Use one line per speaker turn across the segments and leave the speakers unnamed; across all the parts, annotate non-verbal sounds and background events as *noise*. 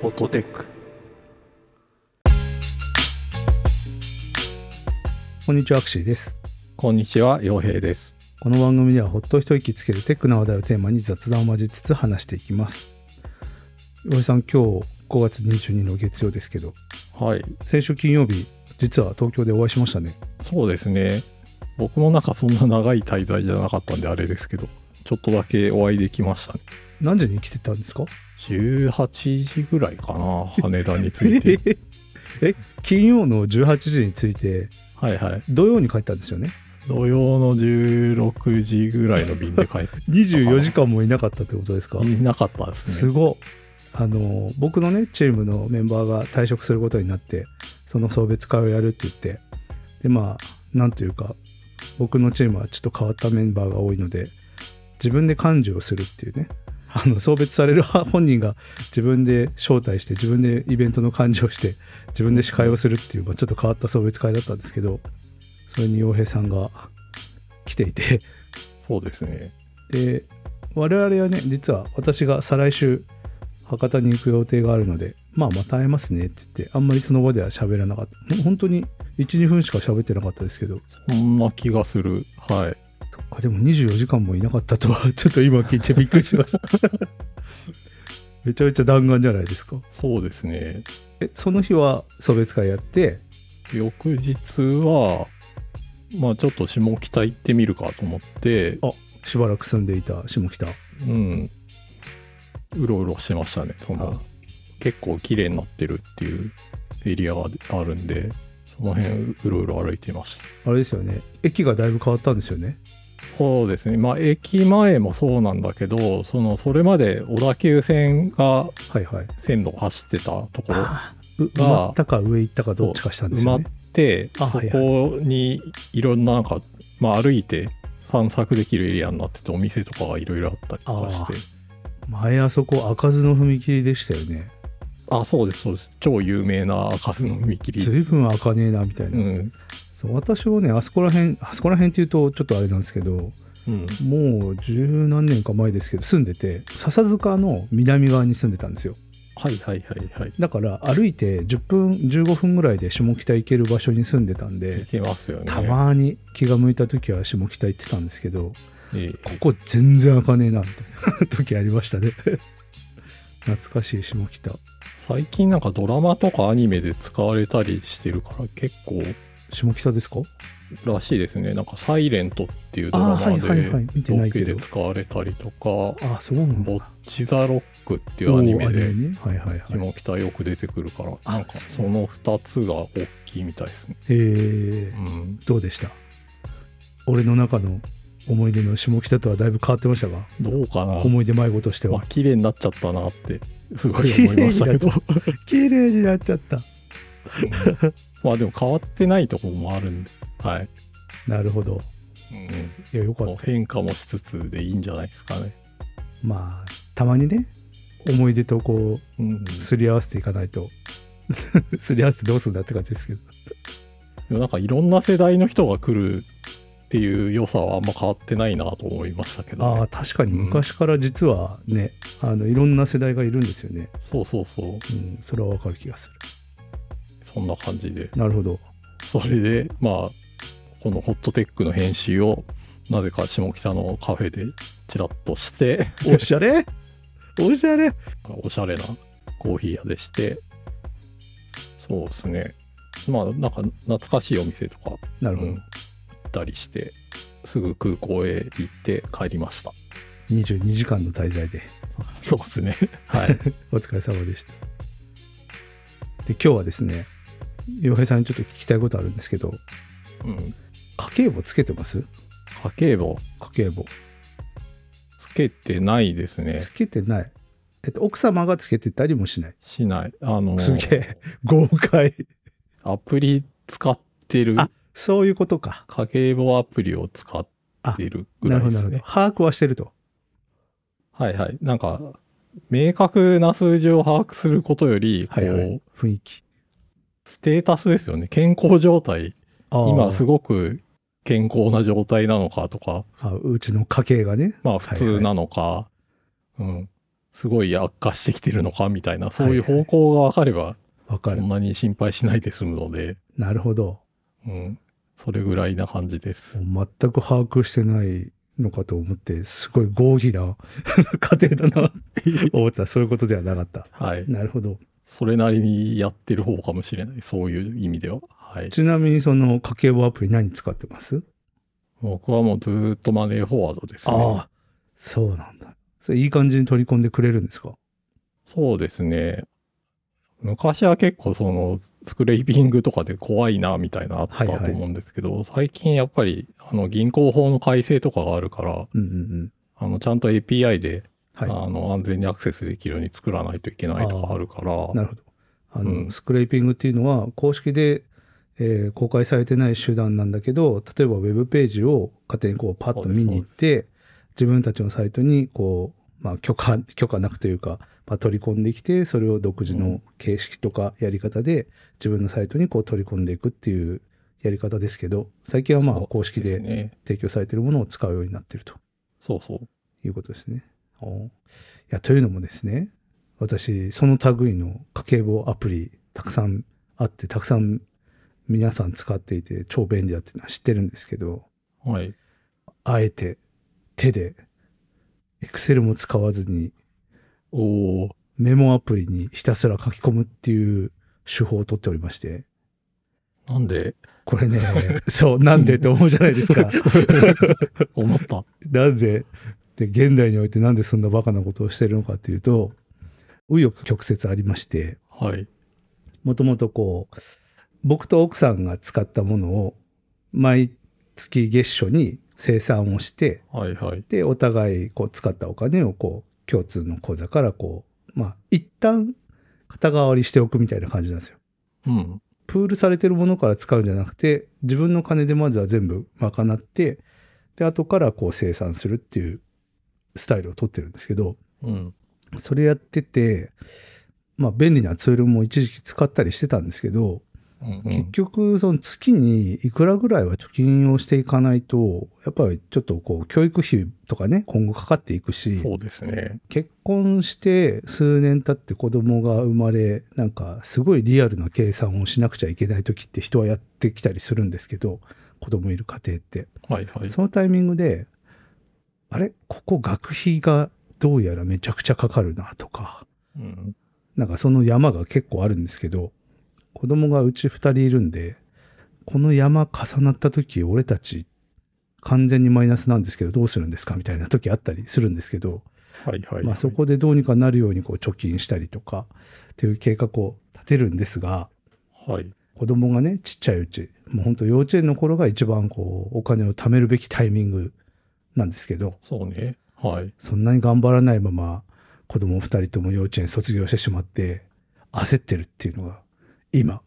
フォトテック
こんにちは、アクシーです。
こんにちは陽平です
この番組ではほっと一息つけるテックな話題をテーマに雑談を交えつつ話していきます。岩井さん、今日5月22の月曜ですけど、
はい
先週金曜日、実は東京でお会いしましたね。
そうですね僕もなんかそんな長い滞在じゃなかったんであれですけどちょっとだけお会いできましたね
何時に来てたんですか
18時ぐらいかな羽田に着い
*laughs*
て
え、金曜の18時に着いて、
はいはい
土曜に帰ったんですよね。
土曜の16時ぐらいの便で帰っ
24時間もいなかったってこと *laughs* ですか
ていなかったです
す
ね
ごっあの僕のねチームのメンバーが退職することになってその送別会をやるって言ってでまあなんというか僕のチームはちょっと変わったメンバーが多いので自分で幹事をするっていうねあの送別される派本人が自分で招待して自分でイベントの幹事をして自分で司会をするっていう、まあ、ちょっと変わった送別会だったんですけどそれに洋平さんが来ていて
そうですね
で我々はね実は私が再来週博多に行く予定があるのでまあまた会えますねって言ってあんまりその場では喋らなかったほ本当に12分しか喋ってなかったですけど
そんな気がするはい
そっかでも24時間もいなかったとは *laughs* ちょっと今聞いてびっくりしました *laughs* めちゃめちゃ弾丸じゃないですか
そうですね
えその日は送別会やって
翌日はまあちょっと下北行ってみるかと思って
しばらく住んでいた下北
うんうろうろしてましたねそ
あ
の結構綺麗になってるっていうエリアがあるんでその辺うろうろ歩いてまし
あれですよね駅がだいぶ変わったんですよね
たそうですねまあ駅前もそうなんだけどそのそれまで小田急線が
はいはい
線路を走ってたところ
あう埋まったか上行ったかどっちかしたんです
埋ま
よ
っ
ね
て
あ
そ
はいはい
こにいろんななんか、まあ、歩いて散策できるエリアになっててお店とかがいろいろあったりとかして
前あそこ開かずの踏切でしたよね
あそうですそうです超有名な開かずの踏切
随分開かねえなみたいな、
うん
そう私はねあそこら辺あそこら辺っていうとちょっとあれなんですけど
うん
もう十何年か前ですけど住んでて笹塚の南側に住んでたんですよ
はいはいはいはい
だから歩いて10分15分ぐらいで下北行ける場所に住んでたん
行
で
けますよね
たまに気が向いた時は下北行ってたんですけど
ええ
ここ全然開かねえなみたいな時ありましたね *laughs* 懐かしい下北
最近なんかドラマとかアニメで使われたりしてるから結構
下北ですから
しいですねなんか「サイレントっていうドラ
あー
マ
はいはいはい
で
見てな
ロ
いけ
ケ
ど
で使われたりとか
あそうな
「
んだ
ボッチ・ザ・ロック」っていうアニメ
おーあれ
で
ねはいはいはい
下北よく出てくるから、
あ
なんかその2つが大きいみたいですね。
えー
うん、
どうでした俺の中の思い出の下北とはだいぶ変わってましたが
どうかな、
思い出迷子として
ま
は
あ、綺麗になっちゃったなってすごい思いました
*laughs*
けど
綺麗になっちゃった
まあでも変わってないところもあるんで、はい
なるほど
うん
いやよかっ
こう
た
変化もしつつでいいんじゃないですかね。
まあたまにね思い出とこ
うん、
うすり合わせていかないと *laughs* すり合わせてどうするんだって感じですけど
でもなんかいろんな世代の人が来るっていう良さはあんま変わってないなと思いましたけどね、
ああ確かに昔から実はね、あのいろんな世代がいるんですよね、
そうそうそう
うん、それはわかる気がする
そんな感じで
なるほど
それでまあこのホットテックの編集をなぜか下北のカフェでチラッとして *laughs*
おしゃれ *laughs* おしゃれ
おしゃれなコーヒー屋でしてそうですねまあなんか懐かしいお店とか、
な
う
るほど、
ん、行ったりしてすぐ空港へ行って帰りました
22時間の滞在で *laughs*
そうですねはい
お疲れ様でした。で、今日はですね、洋平さんにちょっと聞きたいことあるんですけど、
うん
家計簿つけてます
家計簿
家計簿。
つけてないですね
つけてない。えっと、奥様がつけてたりもしない。
しないあの
すげえ、豪快。
アプリ使ってる
あそういうことか。
家計簿アプリを使ってるぐ
な
ら
るほ
い
ど、
です
なるほ
ね
ど。把握はしてると。
はいはい。なんか、明確な数字を把握することより、こ
は
う、
いはい。雰囲気。
ステータスですよね。健康状態。
あー
今すごく健康な状態なのかとか、
あうちの家計がね。
まあ普通なのか、うん。すごい悪化してきてるのかみたいな、そういう方向が分かれば、
わか
そ
る
んなに心配しないで済むので、
なるほど
うん、それぐらいな感じです。
全く把握してないのかと思ってすごい合議な *laughs* 家庭だな思ってたそういうことではなかった
はい。
なるほど
それなりにやってる方かもしれない。そういう意味では。はい。
ちなみにその家計簿アプリ何使ってます
僕はもうずーっとマネーフォワードですね。
ああそうなんだそれいい感じに取り込んでくれるんですか
そうですね。昔は結構そのスクレーピングとかで怖いなみたいなのあった
はい
と
はい
思うんですけど、最近やっぱりあの銀行法の改正とかがあるから、
うんうんうん
あのちゃんと API で、
はい
あの安全にアクセスできるように作らないといけないとかあるから、
なるほど。あの、
うん
スクレーピングっていうのは公式で、えー公開されてない手段なんだけど例えばウェブページを勝手にこうパッと見に行って自分たちのサイトにこう、まあ、許可許可なくというか、まあ、取り込んできてそれを独自の形式とかやり方で自分のサイトにこう取り込んでいくっていうやり方ですけど最近はまあ公式
そう
です
ね。
提供されてるものを使うようになってると。
そうそう。
いうことですね。おーいやというのもですね私その類の家計簿アプリたくさんあってたくさん皆さん使っていて超便利だっていうのは知ってるんですけど
はい。
あえて手で Excel も使わずに
おおー、
メモアプリにひたすら書き込むっていう手法をとっておりまして
なんで *laughs*
これねそうなんでって思うじゃないですか。
思った。
なんでで現代においてなんでそんなバカなことをしてるのかっていうと紆余曲折ありまして
はい。
もともとこう僕と奥さんが使ったものを毎月月初に生産をして
はいはい。
でお互いこう使ったお金をこう共通の口座からこうまあ一旦肩代わりしておくみたいな感じなんですよ。
うん。
プールされてるものから使うんじゃなくて自分の金でまずは全部賄ってで後からこう生産するっていうスタイルを取ってるんですけど
うん。
それやっててまあ便利なツールも一時期使ったりしてたんですけど
うん
結局その月にいくらぐらいは貯金をしていかないとやっぱりちょっとこう教育費とかね今後かかっていく
うん、
し
そうですね。
結婚して数年経って子供が生まれなんかすごいリアルな計算をしなくちゃいけない時って人はやってきたりするんですけど子供いる家庭って
はいはい。
そのタイミングであれここ学費がどうやらめちゃくちゃかかるなとか
うん。
なんかその山が結構あるんですけど子供がうち2人いるんでこの山重なった時俺たち完全にマイナスなんですけどどうするんですかみたいな時あったりするんですけど
はいはい、はい。
まあ、そこでどうにかなるようにこう貯金したりとかっていう計画を立てるんですが
はい。
子供がねちっちゃいうちもうほんと幼稚園の頃が一番こうお金を貯めるべきタイミングなんですけど
そうね。はい。
そんなに頑張らないまま子供2人とも幼稚園卒業してしまって焦ってるっていうのが今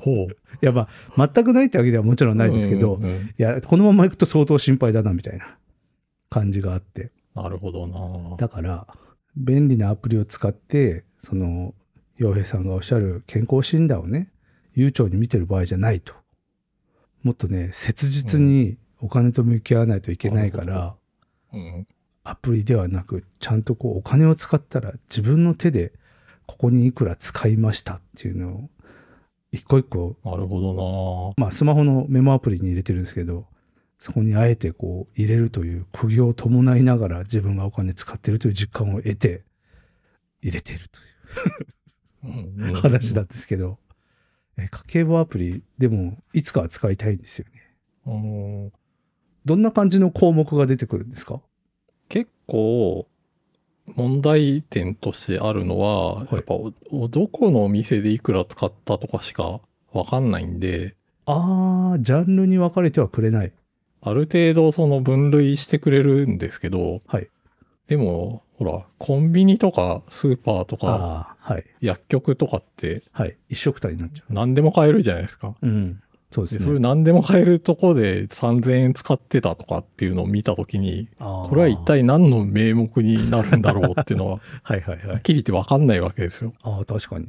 ほう。
い *laughs* やまあ全くないってわけではもちろん *laughs* ないですけど、
うんうんうん
いやこのままいくと相当心配だなみたいな感じがあって
なるほどな。
だから便利なアプリを使ってその洋平さんがおっしゃる健康診断をね悠長に見てる場合じゃないともっとね切実にお金と向き合わないといけないか
なるほ
ら、
うん、
アプリではなくちゃんとこうお金を使ったら自分の手でここにいくら使いましたっていうのを一個一個
なるほ
まあスマホのメモアプリに入れてるんですけどそこにあえてこう入れるという苦行を伴いながら自分がお金使ってるという実感を得て入れていると
ど
い
な。うんうん
う話なんですけど、え家計簿アプリでもいつかは使いたいんですよね。
うん
どんな感じの項目が出てくるんですか
結構問題点としてあるのは、
い
やっぱおおどこのお店でいくら使ったとかしかわかんないんで
あージャンルに分かれてはくれない。
ある程度その分類してくれるんですけど、
はい
でもほらコンビニとかスーパーとか
ああーはい
薬局とかって
はい一緒くたになっちゃ
何でも買えるじゃないですか。
う。うんそうで
ですそういう
ね。
何でも買えるとこで3000円使ってたとかっていうのを見たときに、
こ
これは一体何の名目になるんだろうっていうのは、
*laughs* はいはいは
はっ
い。
きり言って分かんないわけですよ。
ああ確かに。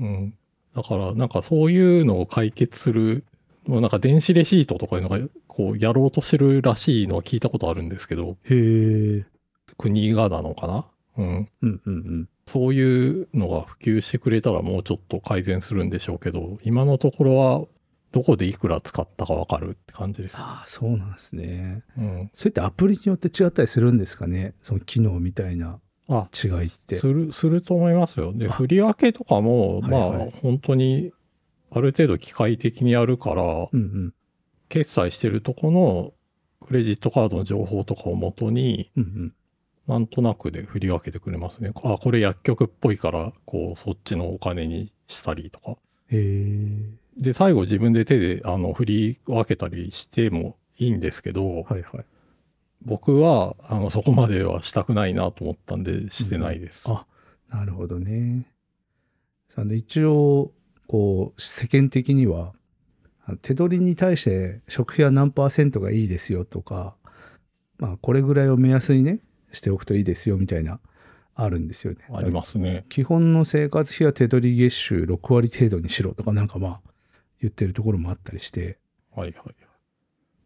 うん。だから、なんかそういうのを解決する、もうなんか電子レシートとかいうのが、こう、やろうとしてるらしいのは聞いたことあるんですけど、
へえ。
国がなのかなうん、
うんうんうん。
そういうのが普及してくれたらもうちょっと改善するんでしょうけど今のところはどこでいくら使ったかわかるって感じです、
ああ、そうなんですね。
うん、
それってアプリによって違ったりするんですかねその機能みたいな
あ
違いって
す。るすると思いますよで
あ
振り分けとかも
はい
ま
は
あ
い
本当にある程度機械的にやるから
うんうん。
決済してるとこのクレジットカードの情報とかをもとに
うんうん。
なんとなくで振り分けてくれますねあこれ薬局っぽいからこうそっちのお金にしたりとか
へえ。
で最後自分で手であの振り分けたりしてもいいんですけど、
はいはい。
僕はあのそこまではしたくないなと思ったんでしてないです。
うんあなるほどね。あの一応こう世間的にはあの手取りに対して食費は何パーセントがいいですよとか、まあ、これぐらいを目安にねしておくといいですよみたいなあるんですよね。
ありますね。
基本の生活費は手取り月収6割程度にしろとかなんかまあ言ってるところもあったりして
はいはい。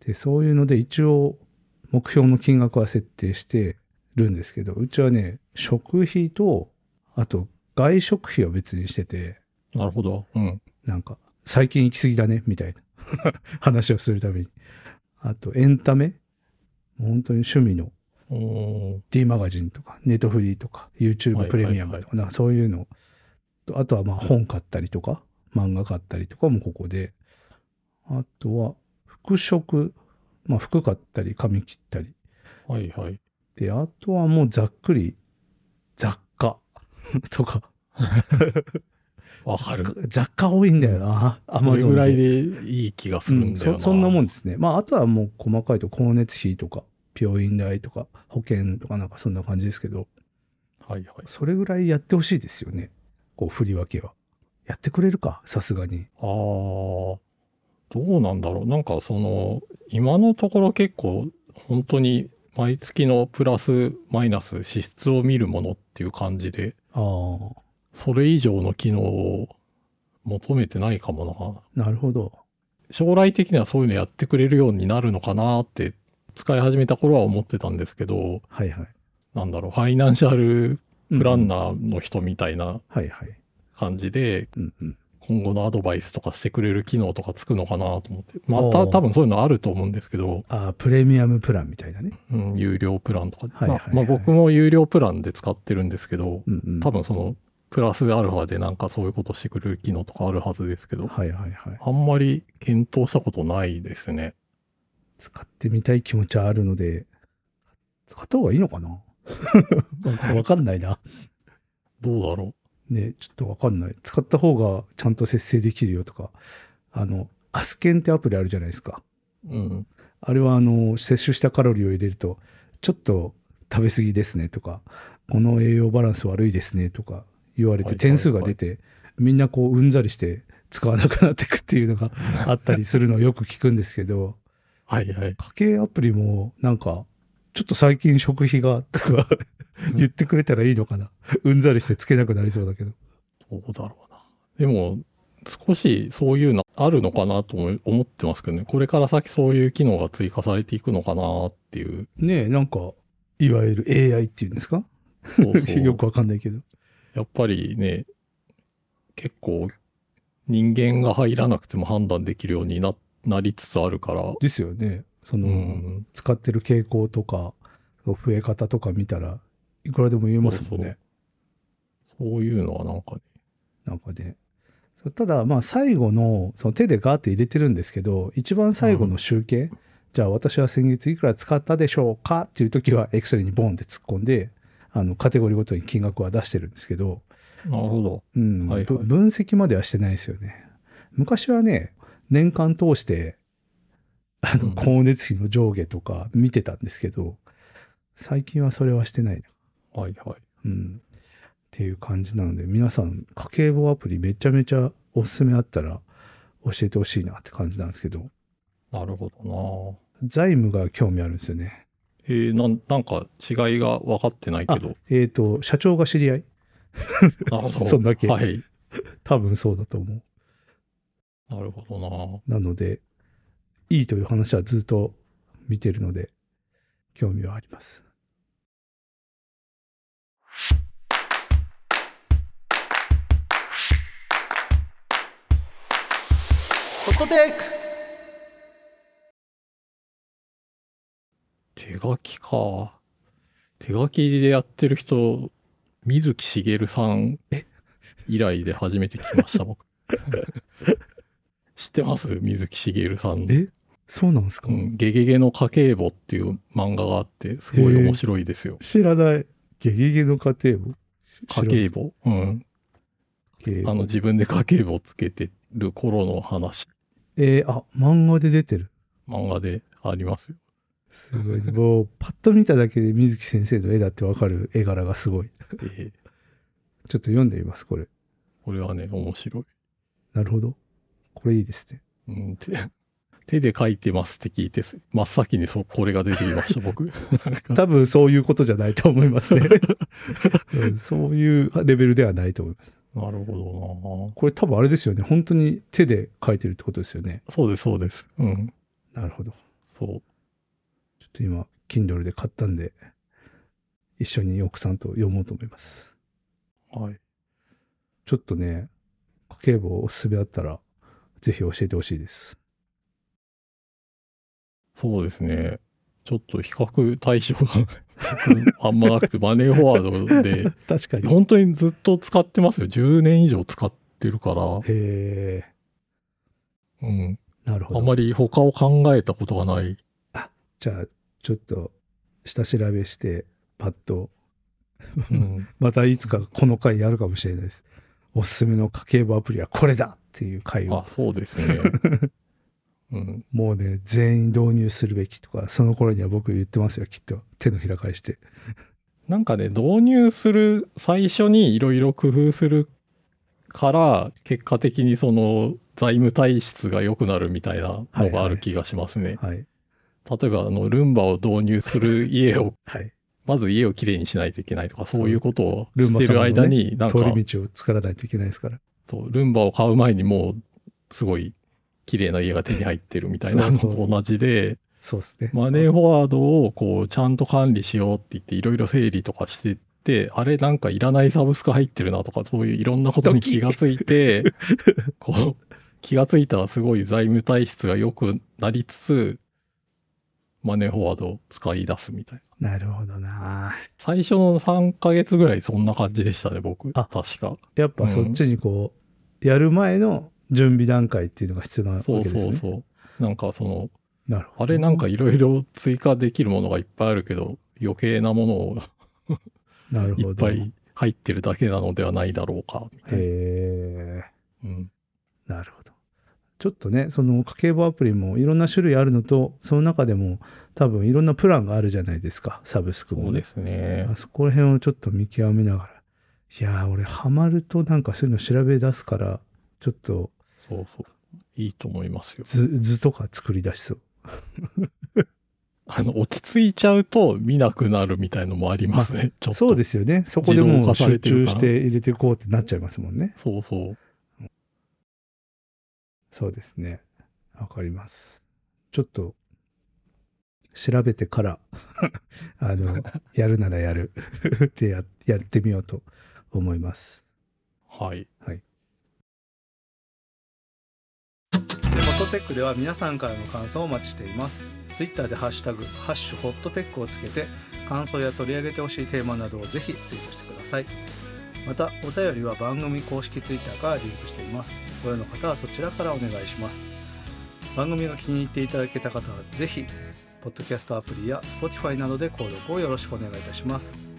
でそういうので一応目標の金額は設定してるんですけどうちはね食費とあと外食費を別にしてて
なるほど。うん。
なんか最近行き過ぎだねみたいな *laughs* 話をするためにあとエンタメ本当に趣味の
おー
D マガジンとか、ネットフリーとか、
はい
YouTube プレミアム
はい
とか、なんかそういうの。とあとはまあ本買ったりとか、漫画買ったりとかもここで。あとは、服飾。まあ服買ったり、髪切ったり。
はいはい。
で、あとはもうざっくり、雑貨 *laughs* とか。
わかる。
雑貨多いんだよな。ア
こ
マ
れ
ゾ
ぐ
ン
らい
で。
でいい気がするんだよ
う
な。
んそそんなも
ん。
んですね。まああとはもう細かいと光熱費とか、病院代とか、保険とかなんかそんな感じですけど。
はいはい。
それぐらいやってほしいですよね。こう、振り分けは。やってくれるか、さすがに。
ああ、どうなんだろう。なんかその、今のところ結構本当に毎月のプラスマイナス支出を見るものっていう感じで、
ああ、
それ以上の機能を求めてないかもな。
なるほど。
将来的にはそういうのやってくれるようになるのかなって使い始めた頃は思ってたんですけど、
はいはい。
なんだろう、ファイナンシャルプラン
ー。
ナーの人みたいな
はいはい。
感じで、
うんうん。
今後のアドバイスとかしてくれる機能とかつくのかなと思って、ま
お
た
ー
多分そういうのあると思うんですけど、
ああ、プレミアムプランみたいなね。
うん、有料プランとか、
はいはいはい
まあまあ僕も有料プランで使ってるんですけど、
うんうん。
多分そのプラスアルファでなんかそういうことしてくれる機能とかあるはずですけど、
はいはいはい。
あんまり検討したことないですね。
使ってみたい気持ちはあるので、使った方がいいのかなわかん *laughs* ないな。
どうだろ
ね、ちょっとわかんない。使った方がちゃんと節制できるよとか。あの、アスケンってアプリあるじゃないですか。
う。うん。
あれはあの摂取したカロリーを入れるとちょっと食べ過ぎですねとかこの栄養バランス悪いですねとか言われ
はい
て点数が出て、みんなこううんざりして使わなくなってくっていうのが
*laughs*
あったりするのをよく聞くんですけど
はいはい。
家計アプリもなんかちょっと最近食費がとか言ってくれたらいいのかなうんざりしてつけなくなりそうだけど
どうだろうな。でも、少しそういうのあるのかなとも思ってますけどね。これから先そういう機能が追加されていくのかなっていう。
ねえなんかいわゆる AI っていうんですか
そうそ
*laughs* よ
う。
くわかんないけど
やっぱりね、結構人間が入らなくても判断できるようにななりつつあるから。
ですよねその、
うん。
使ってる傾向とか増え方とか見たらいくらでも言えますもんね。
そういうのはなんかね。
なんかね。そうただまあ最後のその手でガーって入れてるんですけど一番最後の集計、じゃあ私は先月いくら使ったでしょうかっていう時はエクセルにボンって突っ込んであのカテゴリーごとに金額は出してるんですけど、
なるほど。
うん
はいはい
ぶ分析まではしてないですよね。昔はね年間通してあ
う
の
ん
光熱費の上下とか見てたんですけど最近はそれはしてないな
はいはい。
うん。っていう感じなので、皆さん、家計簿アプリめちゃめちゃおすすめあったら教えてほしいなって感じなんですけど、
なるほど
財務が興味あるんですよね。
な。えー、なんなんか違いが分かってないけど。
えっ、と、社長が知り合い
なるほど。
そんだけ
はい。
多分そうだと思う。
なるほどな。
なので、いいという話はずっと見てるので、興味はあります。こで
手書きか。手書きでやってる人、水木しげるさん以来で初めて聞きました、
*laughs*
僕。知ってます水木しげるさんの。
えそうなんですか、
うん、ゲゲゲの家計簿っていう漫画があって、すごい面白いですよ。
知らない。ゲゲゲの家庭簿
家計簿。うん。
家計
あの、自分で家計簿つけてる頃の話、
えーあ、漫画で出てる。
漫画でありますよ。
す
*laughs*
ごい。もう、パッと見ただけで水木先生の絵だってわかる絵柄がすごい。
えー
ちょっと読んでみます、これ。
これはね、面白い。
なるほど。これいいですね。
うん、手 *laughs* 手で書いてますって聞いて、真っ先にそこれが出てきました、僕。 *laughs*
多分そういうことじゃないと思いますね。うんそういうレベルではないと思います。
なるほ
これ多分あれですよね。本当に手で描いてるってことですよね。
どな。そうです、そうです。うん。
なるほど。
そう。
ちょっと今、Kindle で買ったんで、一緒に奥さんと読もうと思います。
はい。
ちょっとね、家計簿おすすめあったら、ぜひ教えてほしいです。
そうですね。ちょっと比較対象が *laughs* あんまなくて、マネーフォワードで、
確かに。
本当にずっと使ってますよ。10年以上使ってるから、
へ
うん。
ーなるほ
あ
ど。
んまり他を考えたことがない。
じゃあ、ちょっと、下調べして、パッと、
うん。
またいつかこの回やるかもしれないです。おすすめの家計簿アプリはこれだっていう回を
あ、、そうですね。うん。
もうね、全員導入するべきとか、その頃には僕言ってますよ、きっと。手のひら返して。
なんかね、導入する最初にいろいろ工夫するから、結果的にその財務体質が良くなるみたいなのがある気がしますね。
はい。
例えば、あの、ルンバを導入する家を、
はい。
まず家をきれいにしないといけないとか、
そう
そういうことを
ルン
し
バ
て
さん
る
のね
間に、なんか
通り道を作らないといけないですから。
そうルンバを買う前にもう、すごい、綺麗な家が手に入ってるみたいなの
そうそうそ
と
う
同じで、
そうですね。
マネーフォワードをこう、ちゃんと管理しようって言って、いろいろ整理とかしてって、あれなんかいらないサブスク入ってるなとか、そういういろんなことに
ドキ
気
ッ
がついて、こう、気がついたらすごい財務体質が良くなりつつ、マネーフォワードを使い出すみたいな。
なるほどな
最初の3ヶ月ぐらいそんな感じでしたね、僕。
あ
確か。
やっぱそっちにこう、やる前の準備段階っていうのが必要なわけ
そ
で
う
す
そ
ね。
うそう。なんかその、
なるほ
あ
ど。
れなんかいろいろ追加できるものがいっぱいあるけど、余計なものを
なる
いっ
ほど。
ぱい入ってるだけなのではないだろうか、みたいな。
へ
うん、
ーなるほど。ちょっとね、その家計簿アプリもいろんな種類あるのと、その中でも多分いろんなプランがあるじゃないですか、サブスク
そ
も
う
ね
で。すね
あ。そこら辺をちょっと見極めながら。いやー、俺ハマるとなんかそういうの調べ出すから、ちょっと
そうそう。いいと思いますよ。
図図とか作り出しそう。
あの、落ち着いちゃうと見なくなるみたいのもありますね。ちょっと。
そうですよね。そこでも
自動
う
化さ
集
れて
中
るから
して入れていこうってなっちゃいますもんね。
そうそう。
そうですね。わかります。ちょっと、調べてから、 *laughs* あの、やるならやる *laughs* ってややってみようと思います。
はい。
で、ホットテックでは皆さんからの感想をお待ちしています。ツイッターでハッシュタグ、ハッシュホットテックをつけて、感想や取り上げてほしいテーマなどをぜひツイートしてください。また、お便りは番組公式ツイッターからリンクしています。ご用の方はそちらからお願いします。番組が気に入っていただけた方はぜひ、ポッドキャストアプリや Spotify などで購読をよろしくお願いいたします。